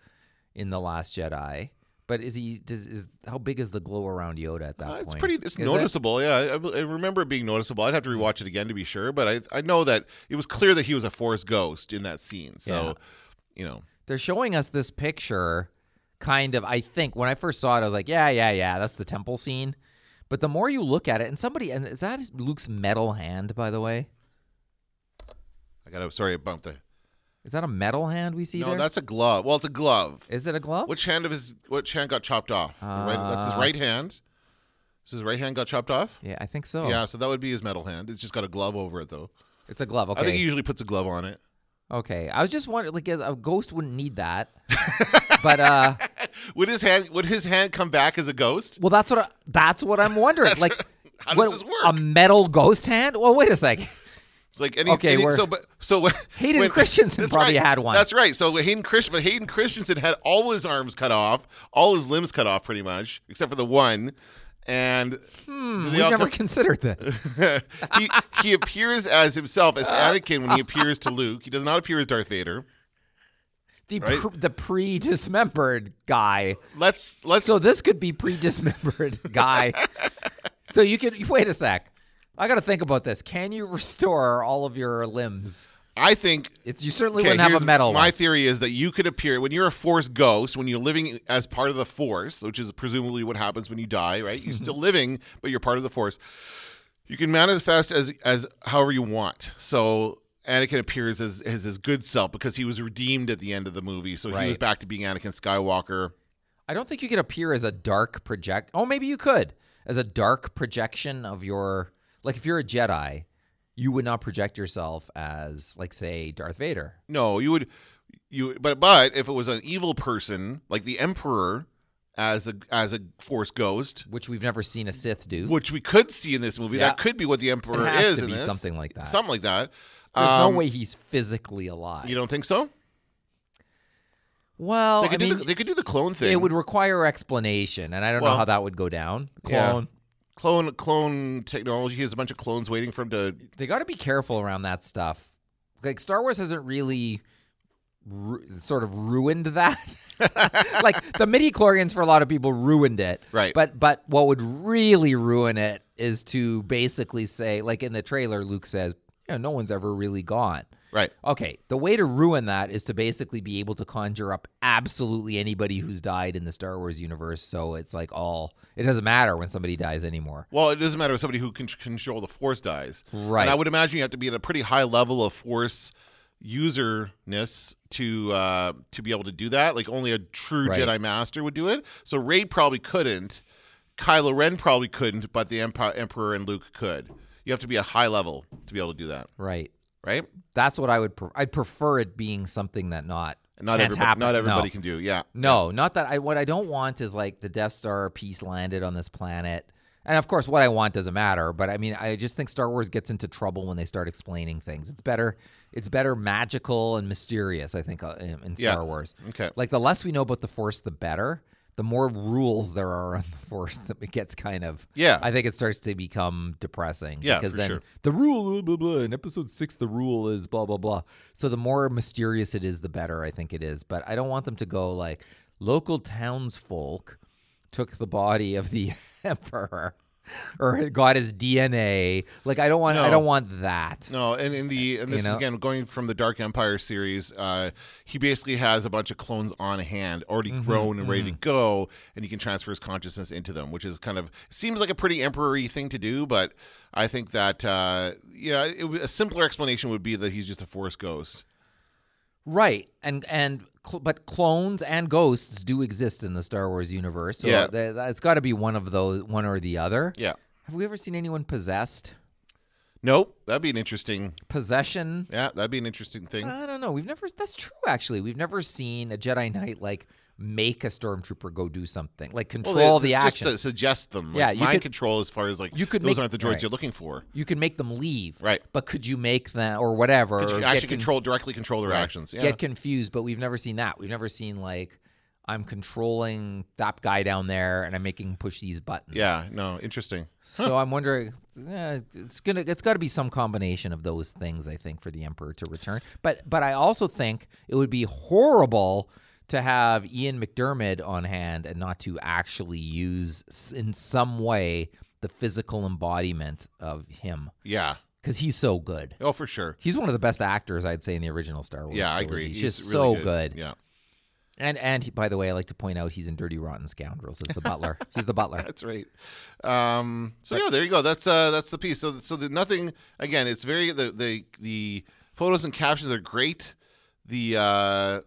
in the Last Jedi. But is he? Does is how big is the glow around Yoda at that Uh, point? it's pretty. It's Is it? noticeable. Yeah, I, I remember it being noticeable. I'd have to rewatch it again to be sure, but I I know that it was clear that he was a force ghost in that scene. So, Yeah. you know, they're showing us this picture kind of i think when i first saw it i was like yeah yeah yeah that's the temple scene but the more you look at it and somebody and is that luke's metal hand by the way I got to sorry about the. is that a metal hand we see No, there? that's a glove. Well, it's a glove. is it a glove Which hand of his? Which hand got chopped off? The right, that's his Ah. right hand. So his right hand got chopped off. yeah i think so Yeah, so that would be his metal hand. It's just got a glove over it though. it's a glove okay I think he usually puts a glove on it. okay i was just wondering like a ghost wouldn't need that but uh Would his hand? Would his hand come back as a ghost? well that's what I, that's what i'm wondering That's- like how does what- this work? a metal ghost hand well wait a second It's like any. Okay, any- we're- so but so when, Hayden when- Christensen that's probably right, had one. That's right. So Hayden Christensen, but Hayden Christensen had all his arms cut off, all his limbs cut off, pretty much, except for the one. and they Hmm, We've all never come- considered this. he, he appears as himself as Anakin when he appears to Luke. He does not appear as Darth Vader. The Right? pr- the pre dismembered guy. Let's let's So this could be pre dismembered guy. so you could wait a sec. I got to think about this. Can you restore all of your limbs? I think It's you certainly okay, wouldn't have here's- a metal. My one. theory is that you could appear when you're a force ghost, when you're living as part of the force, which is presumably what happens when you die, right? You're still living, but you're part of the force. You can manifest as as however you want. So Anakin appears as, as his good self because he was redeemed at the end of the movie. So he was Right. back to being Anakin Skywalker. I don't think you could appear as a dark project. Oh, maybe you could as a dark projection of your like if you're a Jedi, you would not project yourself as like say Darth Vader. No, you would you but but if it was an evil person like the Emperor as a as a force ghost, Which we've never seen a Sith do. which we could see in this movie, Yeah. that could be what the Emperor it has is to in be this. something like that. Something like that. There's Um, no way he's physically alive. You don't think so? well, They could, Oh, I do mean, the, they could do the clone thing. it would require explanation, and I don't Well, know how that would go down. yeah. Clone. clone clone technology. He has a bunch of clones waiting for him to. They got to be careful around that stuff. Like Star Wars hasn't really ru- sort of ruined that. like the midi chlorians for a lot of people ruined it. Right. But but what would really ruin it is to basically say like in the trailer Luke says, "Yeah, no one's ever really gone." Right. Okay, the way to ruin that is to basically be able to conjure up absolutely anybody who's died in the Star Wars universe. So it's like all it doesn't matter when somebody dies anymore. Well, it doesn't matter if somebody who can tr- control the force dies. Right. And I would imagine you have to be at a pretty high level of force userness to uh, to be able to do that. Like only a true Right. Jedi Master would do it. So Ray probably couldn't. Kylo Ren probably couldn't, but the Empi- Emperor and Luke could. You have to be a high level to be able to do that, Right. right? That's what I would. Pre- I'd prefer it being something that not And not can't everybody, happen. not everybody No. can do. Yeah. No, not that I. What I don't want is like the Death Star piece landed on this planet, and of course, what I want doesn't matter. But I mean, I just think Star Wars gets into trouble when they start explaining things. It's better, it's better magical and mysterious. I think uh, in, in Yeah. Star Wars. Okay. Like the less we know about the Force, the better. The more rules there are on the Force, that it gets kind of. Yeah. I think it starts to become depressing. Yeah, Because for then sure. the rule, blah, blah, blah. In episode six, the rule is blah, blah, blah. So the more mysterious it is, the better I think it is. But I don't want them to go like local townsfolk took the body of the emperor or got his DNA. Like I don't want, I No. don't want that. No, and in the and this know? is again going from the Dark Empire series, uh, he basically has a bunch of clones on hand, already Mm-hmm, grown and ready to go, and he can transfer his consciousness into them, which is kind of seems like a pretty emperory thing to do, but I think that uh, yeah, it, w- a simpler explanation would be that he's just a force ghost. Right, and and cl- but clones and ghosts do exist in the Star Wars universe. So Yeah. th- th- it's got to be one of those, one or the other. Yeah. Have we ever seen anyone possessed? Nope, that'd be an interesting. Possession? Yeah, that'd be an interesting thing. I don't know. We've never. That's true. Actually, we've never seen a Jedi Knight like make a stormtrooper go do something, like control the, just action. su- suggest them. Like Yeah, you mind could- control as far as like You could those make- aren't the droids right. you're looking for. you can make them leave, Right. But could you make them or whatever? Could or you get actually con- control directly control their actions? Yeah. Get confused, but we've never seen that. We've never seen like I'm controlling that guy down there, and I'm making him push these buttons. yeah. No. Interesting. So I'm wondering, eh, it's gonna, it's got to be some combination of those things, I think, for the Emperor to return. But, but I also think it would be horrible to have Ian McDermott on hand and not to actually use s- in some way the physical embodiment of him Yeah. because he's so good. Oh, for sure. He's one of the best actors, I'd say, in the original Star Wars. Yeah, I trilogy. agree. He's, He's just really so good. Yeah, And and he, by the way, I like to point out he's in Dirty Rotten Scoundrels as the butler. he's the butler. that's right. Um, so yeah, there you go. That's uh, that's the piece. So so the nothing again. It's very the the the photos and captions are great. The uh,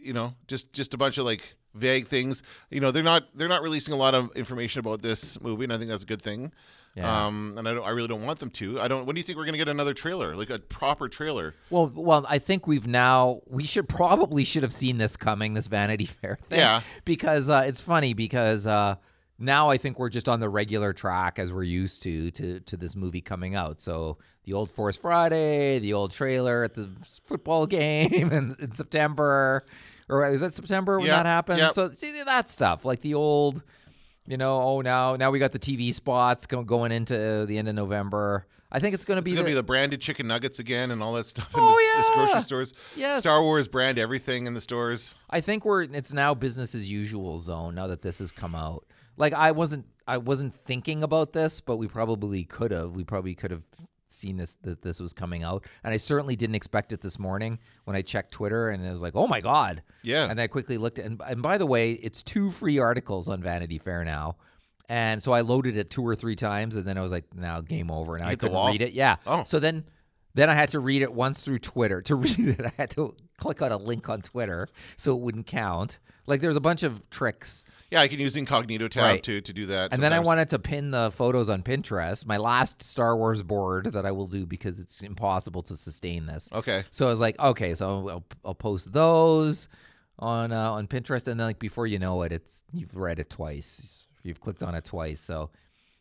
you know just just a bunch of like vague things. You know they're not they're not releasing a lot of information about this movie, and I think that's a good thing. Yeah. Um, and I don't I really don't want them to. I don't. When do you think we're gonna get another trailer, like a proper trailer? Well, well, I think we've now we should probably should have seen this coming, this Vanity Fair thing. Yeah. because uh, it's funny because uh, now I think we're just on the regular track as we're used to to to this movie coming out. So the old Force Friday, the old trailer at the s- football game in, in September, or is that September when Yeah, that happened? yeah. So see, that stuff like the old You know, oh now now we got the TV spots go- going into the end of November. I think it's going to be It's gonna the- be the branded chicken nuggets again and all that stuff in Oh, the, the yeah. grocery stores. Yes. Star Wars brand everything in the stores. I think we're it's now business as usual zone now that this has come out. Like I wasn't I wasn't thinking about this, but we probably could have. We probably could have seen this that this was coming out. And I certainly didn't expect it this morning when I checked Twitter and it was like, "Oh my god." Yeah. And I quickly looked at, and, and by the way, it's two free articles on Vanity Fair now. And so I loaded it two or three times and then I was like, "Now game over." And I hit the couldn't wall? read it. Yeah. Oh. So then then I had to read it once through Twitter. To read it, I had to click on a link on Twitter so it wouldn't count. Like there's a bunch of tricks. Yeah, I can use incognito tab Right. to to do that. And then I sometimes. wanted to pin the photos on Pinterest, my last Star Wars board that I will do because it's impossible to sustain this. Okay. So I was like, okay, so I'll, I'll post those on uh, on Pinterest, and then like before you know it, it's you've read it twice, you've clicked on it twice. So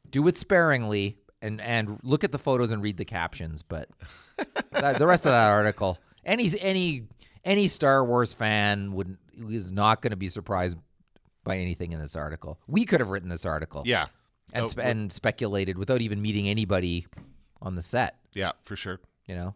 do it sparingly and and look at the photos and read the captions, but that, the rest of that article, any any any Star Wars fan would is not going to be surprised by anything in this article. We could have written this article, Yeah. and Oh, spe- and speculated without even meeting anybody on the set. Yeah, for sure. You know,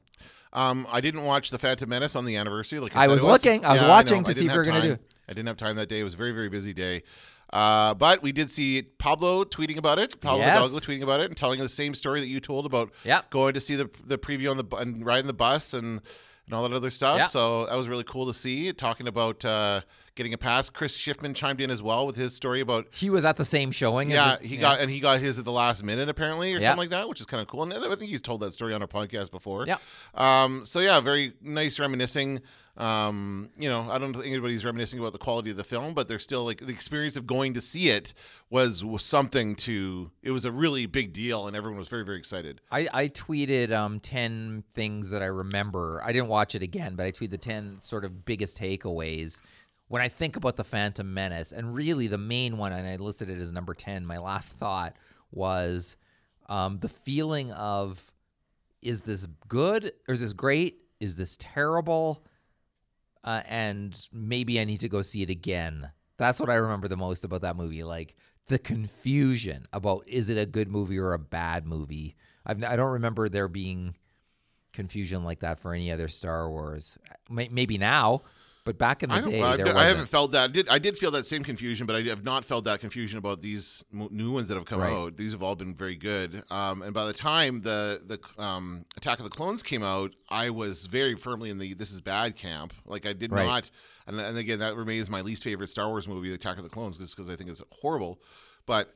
Um, I didn't watch the Phantom Menace on the anniversary. Like I, I said, was it looking. I was Yeah, watching know. to I see didn't if we were have gonna time. do it. I didn't have time that day. It was a very very busy day. Uh, but we did see Pablo tweeting about it. Pablo Yes. Hidalgo tweeting about it and telling the same story that you told about Yep. going to see the the preview on the bu- and riding the bus and and all that other stuff. Yep. So that was really cool to see. Talking about uh, getting a pass. Chris Schiffman chimed in as well with his story about he was at the same showing. as yeah, it- he got and he got his at the last minute apparently, or Yeah. something like that, which is kind of cool. And I think he's told that story on our podcast before. Yeah. Um. So yeah, very nice reminiscing. Um. You know, I don't think anybody's reminiscing about the quality of the film, but they're still like the experience of going to see it was, was something to. It was a really big deal, and everyone was very very excited. I, I tweeted um, 10 things that I remember. I didn't watch it again, but I tweeted the 10 sort of biggest takeaways when I think about the Phantom Menace. And really, the main one, and I listed it as number 10, my last thought was um, the feeling of is this good or is this great? Is this terrible? Uh, and maybe I need to go see it again. That's what I remember the most about that movie. Like the confusion about is it a good movie or a bad movie? I've, I don't remember there being confusion like that for any other Star Wars. May- Maybe now, but back in the I don't. day, I, there I wasn't. haven't felt that. I did I did feel that same confusion, but I have not felt that confusion about these mo- new ones that have come Right. out. These have all been very good. Um, and by the time the the um, Attack of the Clones came out, I was very firmly in the this is bad camp. Like I did Right. not. And, and again, that remains my least favorite Star Wars movie, The Attack of the Clones, just because I think it's horrible. But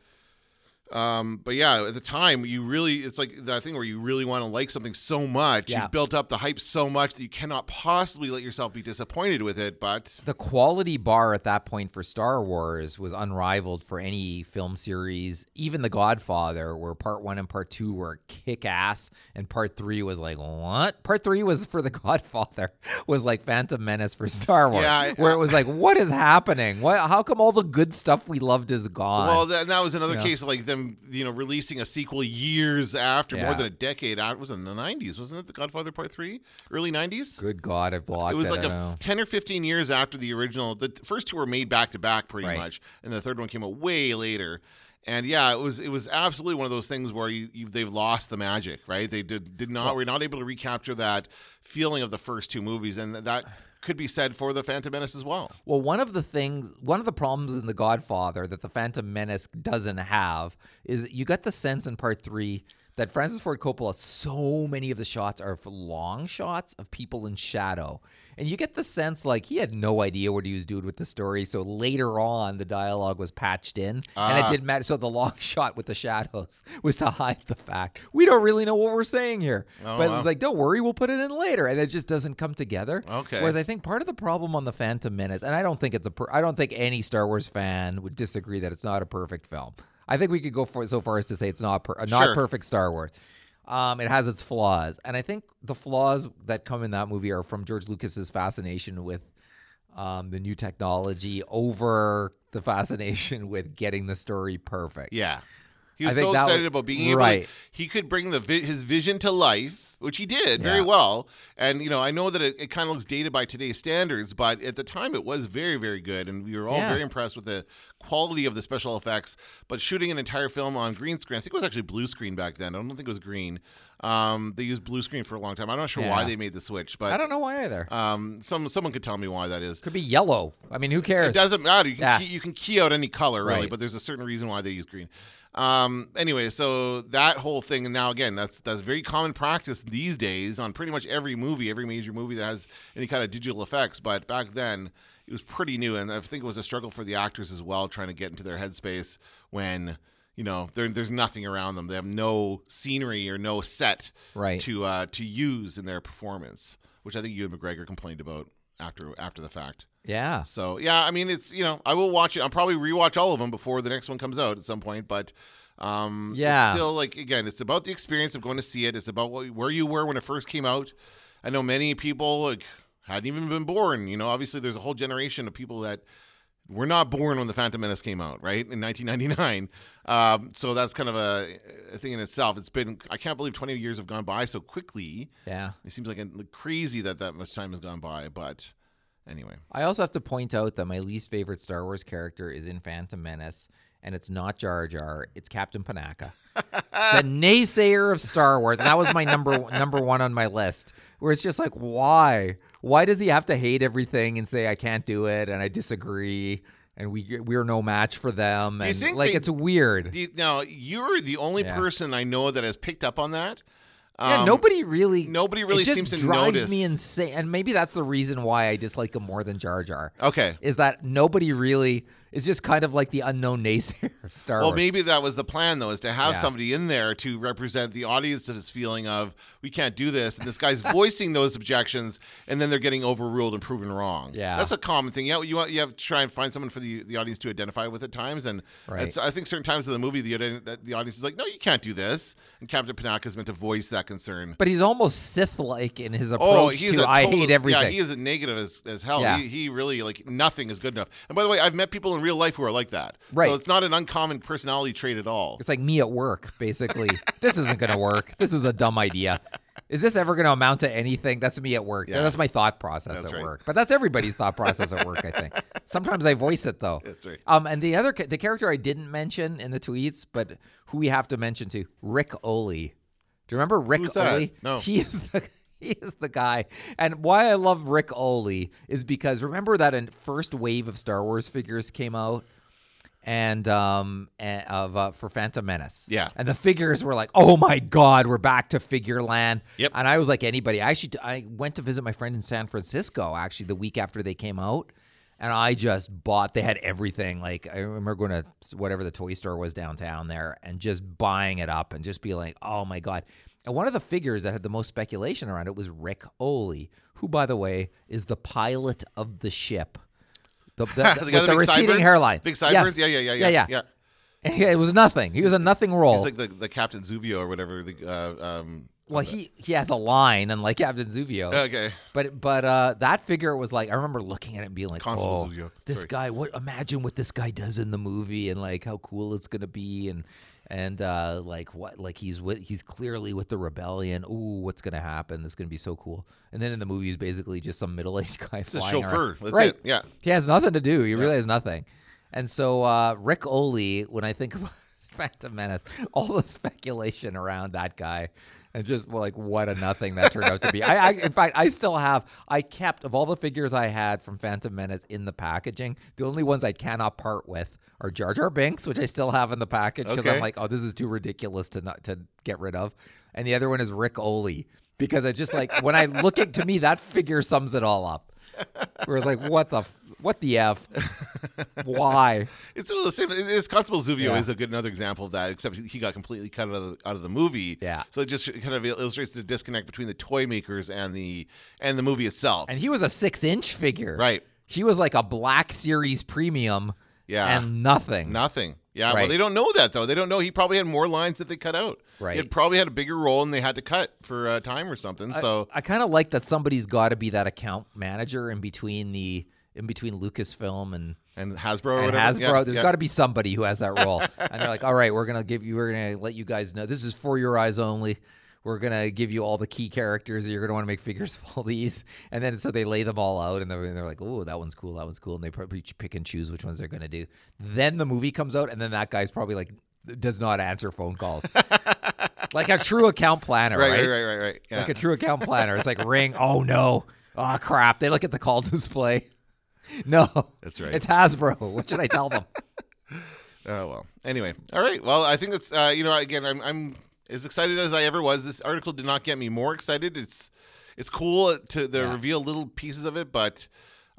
um, but yeah, at the time, you really, it's like that thing where you really want to like something so much. Yeah. You've built up the hype so much that you cannot possibly let yourself be disappointed with it. But the quality bar at that point for Star Wars was unrivaled for any film series, even The Godfather, where part one and part two were kick ass, and part three was like, what? Part three was for The Godfather, was like Phantom Menace for Star Wars, Yeah, I- where it was like, what is happening? What? How come all the good stuff we loved is gone? Well, that, that was another Yeah. case of like them, you know, releasing a sequel years after, more Yeah. than a decade out. It was in the '90s, wasn't it? The Godfather Part Three, early '90s. good God, I blocked It was like I a don't know. f- ten or fifteen years after the original. The t- first two were made back to back, pretty Right. much, and the third one came out way later. And yeah, it was it was absolutely one of those things where you, you they've lost the magic, right? They did did not were not able to recapture that feeling of the first two movies, and that could be said for the Phantom Menace as well. Well, one of the things, one of the problems in The Godfather that The Phantom Menace doesn't have is you got the sense in part three that Francis Ford Coppola, so many of the shots are long shots of people in shadow. And you get the sense like he had no idea what he was doing with the story. So later on, the dialogue was patched in and it Ah. didn't matter. So the long shot with the shadows was to hide the fact we don't really know what we're saying here. Oh, but wow. it's like, don't worry, we'll put it in later. And it just doesn't come together. Okay. Whereas I think part of the problem on the Phantom Menace, and I don't think it's a, per- I don't think any Star Wars fan would disagree that it's not a perfect film. I think we could go for, so far as to say it's not per- a not Sure. perfect Star Wars. Um, it has its flaws, and I think the flaws that come in that movie are from George Lucas's fascination with um, the new technology over the fascination with getting the story perfect. Yeah, He was I think so that excited was- about being able right. to, he could bring the vi- his vision to life, which he did very Yeah. well. And you know, I know that it, it kind of looks dated by today's standards, but at the time it was very very good and we were all Yeah. very impressed with the quality of the special effects, but shooting an entire film on green screen, I think it was actually blue screen back then. I don't think it was green. Um, they used blue screen for a long time. I'm not sure why Yeah. they made the switch, I but don't know why either. um, some someone could tell me why that is. Could be yellow. I mean, who It cares? doesn't matter. You can, Yeah. key, you can key out any color, really, Right. but there's a certain reason why they use green. Um, anyway, so that whole thing, and now again, that's that's very common practice these days on pretty much every movie, every major movie that has any kind of digital effects. But back then, it was pretty new, and I think it was a struggle for the actors as well, trying to get into their headspace when you know there, there's nothing around them. They have no scenery or no set Right. to uh, to use in their performance, which I think Ewan McGregor complained about after after the fact. Yeah. So yeah, I mean it's you know I will watch it. I'll probably rewatch all of them before the next one comes out at some point. But um, it's Yeah. still like again, it's about the experience of going to see it. It's about what, where you were when it first came out. I know many people like hadn't even been born. You know, obviously there's a whole generation of people that were not born when the Phantom Menace came out, right in 1999. Um, so that's kind of a, a thing in itself. It's been I can't believe 20 years have gone by so quickly. Yeah. It seems like a- crazy that that much time has gone by, but. Anyway, I also have to point out that my least favorite Star Wars character is in Phantom Menace, and it's not Jar Jar; it's Captain Panaka, the naysayer of Star Wars. And that was my number number one on my list, where it's just like, why? Why does he have to hate everything and say I can't do it and I disagree and we we're no match for them? you And think like they- it's weird. Do you- now you're the only Yeah. person I know that has picked up on that. yeah, Um, nobody really. nobody it really just seems to drives notice. me insane, and maybe that's the reason why I dislike him more than Jar Jar. Okay. is that nobody really is just kind of like the unknown naysayer of Star Well, Wars. maybe that was the plan though, is to have Yeah. somebody in there to represent the audience's feeling of we can't do this, and this guy's voicing those objections, and then they're getting overruled and proven wrong. Yeah. that's a common thing. Yeah, you want, you have to try and find someone for the, the audience to identify with at times, and Right. it's, I think certain times in the movie the audi- the audience is like, no, you can't do this, and Captain Panaka is meant to voice that concern. but he's almost Sith-like in his approach Oh, he's to a I total- hate everything. Yeah, he is a negative as, as hell. Yeah. He, he really like nothing is good enough. And by the way, I've met people in real life who are like that. Right. So it's not an uncommon personality trait at all. it's like me at work, basically. this isn't going to work. This is a dumb idea. Is this ever going to amount to anything? That's me at work. Yeah. That's my thought process That's at right. work. But that's everybody's thought process at work, I think. Sometimes I voice it though. That's right. Um, and the other ca- the character I didn't mention in the tweets, but who we have to mention too, Rick Oley. Do you remember Rick Who's that? Oley? No. He is the he is the guy. And why I love Rick Oley is because remember that in first wave of Star Wars figures came out and um and of uh, for Phantom Menace. Yeah. And the figures were like, "Oh my god, we're back to figure land." Yep. And I was like anybody. I actually I went to visit my friend in San Francisco actually the week after they came out. And I just bought. They had everything. Like I remember going to whatever the toy store was downtown there, and just buying it up, and just being like, "Oh my god!" And one of the figures that had the most speculation around it was Rick Oley, who, by the way, is the pilot of the ship. The, the, the guy that with the makes receding sideburns? hairline. Big Yes. sideburns? Yeah, yeah, yeah, yeah. yeah. It was nothing. He was a nothing role. He's like the, the Captain Zuvio or whatever. The, uh, um, well, he he has a line, unlike Captain Zuvio. okay. but but uh, that figure was like I remember looking at it and being like, Constable oh, Zuvio. this Sorry. guy. What imagine what this guy does in the movie and like how cool it's gonna be and and uh, like what like he's with he's clearly with the rebellion. Ooh, what's gonna happen? This is gonna be so cool. And then in the movie, he's basically just some middle aged guy It's a flying around. chauffeur. That's right? it. Yeah. He has nothing to do. He really has nothing. And so uh, Rick Oley, when I think of Phantom Menace, all the speculation around that guy, and just well, like what a nothing that turned out to be. I, I in fact, I still have. I kept of all the figures I had from Phantom Menace in the packaging. The only ones I cannot part with are Jar Jar Binks, which I still have in the package because Okay. I'm like, oh, this is too ridiculous to not to get rid of. And the other one is Rick Oley because I just like when I look at to me that figure sums it all up. Where it's like, what the, f- what the f, why? It's all the same. it- It's Constable Zuvio Yeah. is a good another example of that, except he got completely cut out of the, out of the movie. Yeah. So it just kind of illustrates the disconnect between the toy makers and the and the movie itself. And he was a six inch figure, Right. He was like a black series premium, Yeah. and nothing. Nothing. Yeah. Well, Right. they don't know that though. They don't know he probably had more lines that they cut out. Right. He had probably had a bigger role and they had to cut for uh, time or something. so I kind of like that somebody's got to be that account manager in between the in between Lucasfilm and and Hasbro. Or and whatever. Hasbro. Yeah, There's yeah. got to be somebody who has that role. and they're like, all right, we're gonna give you, we're gonna let you guys know this is for your eyes only. We're gonna give you all the key characters. You're gonna want to make figures of all these, and then so they lay them all out, and they're, and they're like, "Oh, that one's cool, that one's cool," and they probably ch- pick and choose which ones they're gonna do. Then the movie comes out, and then that guy's probably like, does not answer phone calls, like a true account planner, right, right, right, right, right. Yeah. like a true account planner. It's like ring. Oh no. Oh crap. They look at the call display. No. That's right. It's Hasbro. What should I tell them? Oh well. Anyway, all right. Well, I think that's uh, you know again I'm I'm as excited as I ever was. This article did not get me more excited. It's it's cool to the reveal little pieces of it, but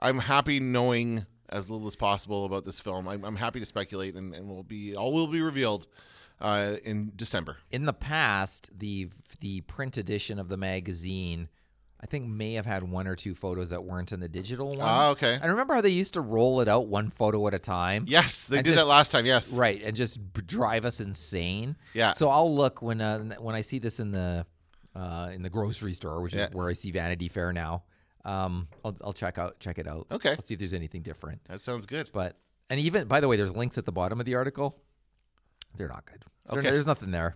I'm happy knowing as little as possible about this film. I'm, I'm happy to speculate, and, and will be all will be revealed uh, in December. In the past, the the print edition of the magazine I think may have had one or two photos that weren't in the digital one. Ah, okay. And remember how they used to roll it out one photo at a time? Yes, they And did just- that last time. Yes, Right, and just b- drive us insane. Yeah. So I'll look when uh, n- when I see this in the uh, in the grocery store, which Yeah. is where I see Vanity Fair now. Um, I'll, I'll check out check it out. Okay. I'll see if there's anything different. That sounds good. But and even by the way, there's links at the bottom of the article. They're not good. They're- Okay. There's nothing there.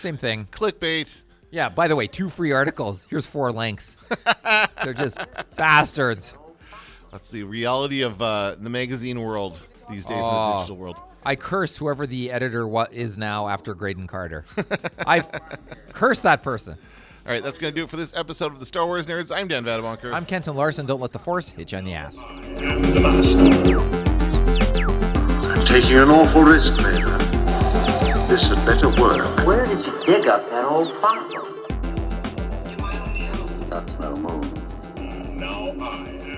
Same thing. Clickbait. Yeah. By the way, two free articles. Here's four links. They're just bastards. That's the reality of uh, the magazine world these days in the Oh. digital world. I curse whoever the editor wa- is now after Graydon Carter. I curse that person. All right, that's going to do it for this episode of the Star Wars Nerds. I'm Dan Vadabonker. I'm Kenton Larson. Don't let the force hit you on the ass. The master. I'm taking an awful risk, Vader. This had better work. Where did you dig up that old fossil? That's no moon. Now I am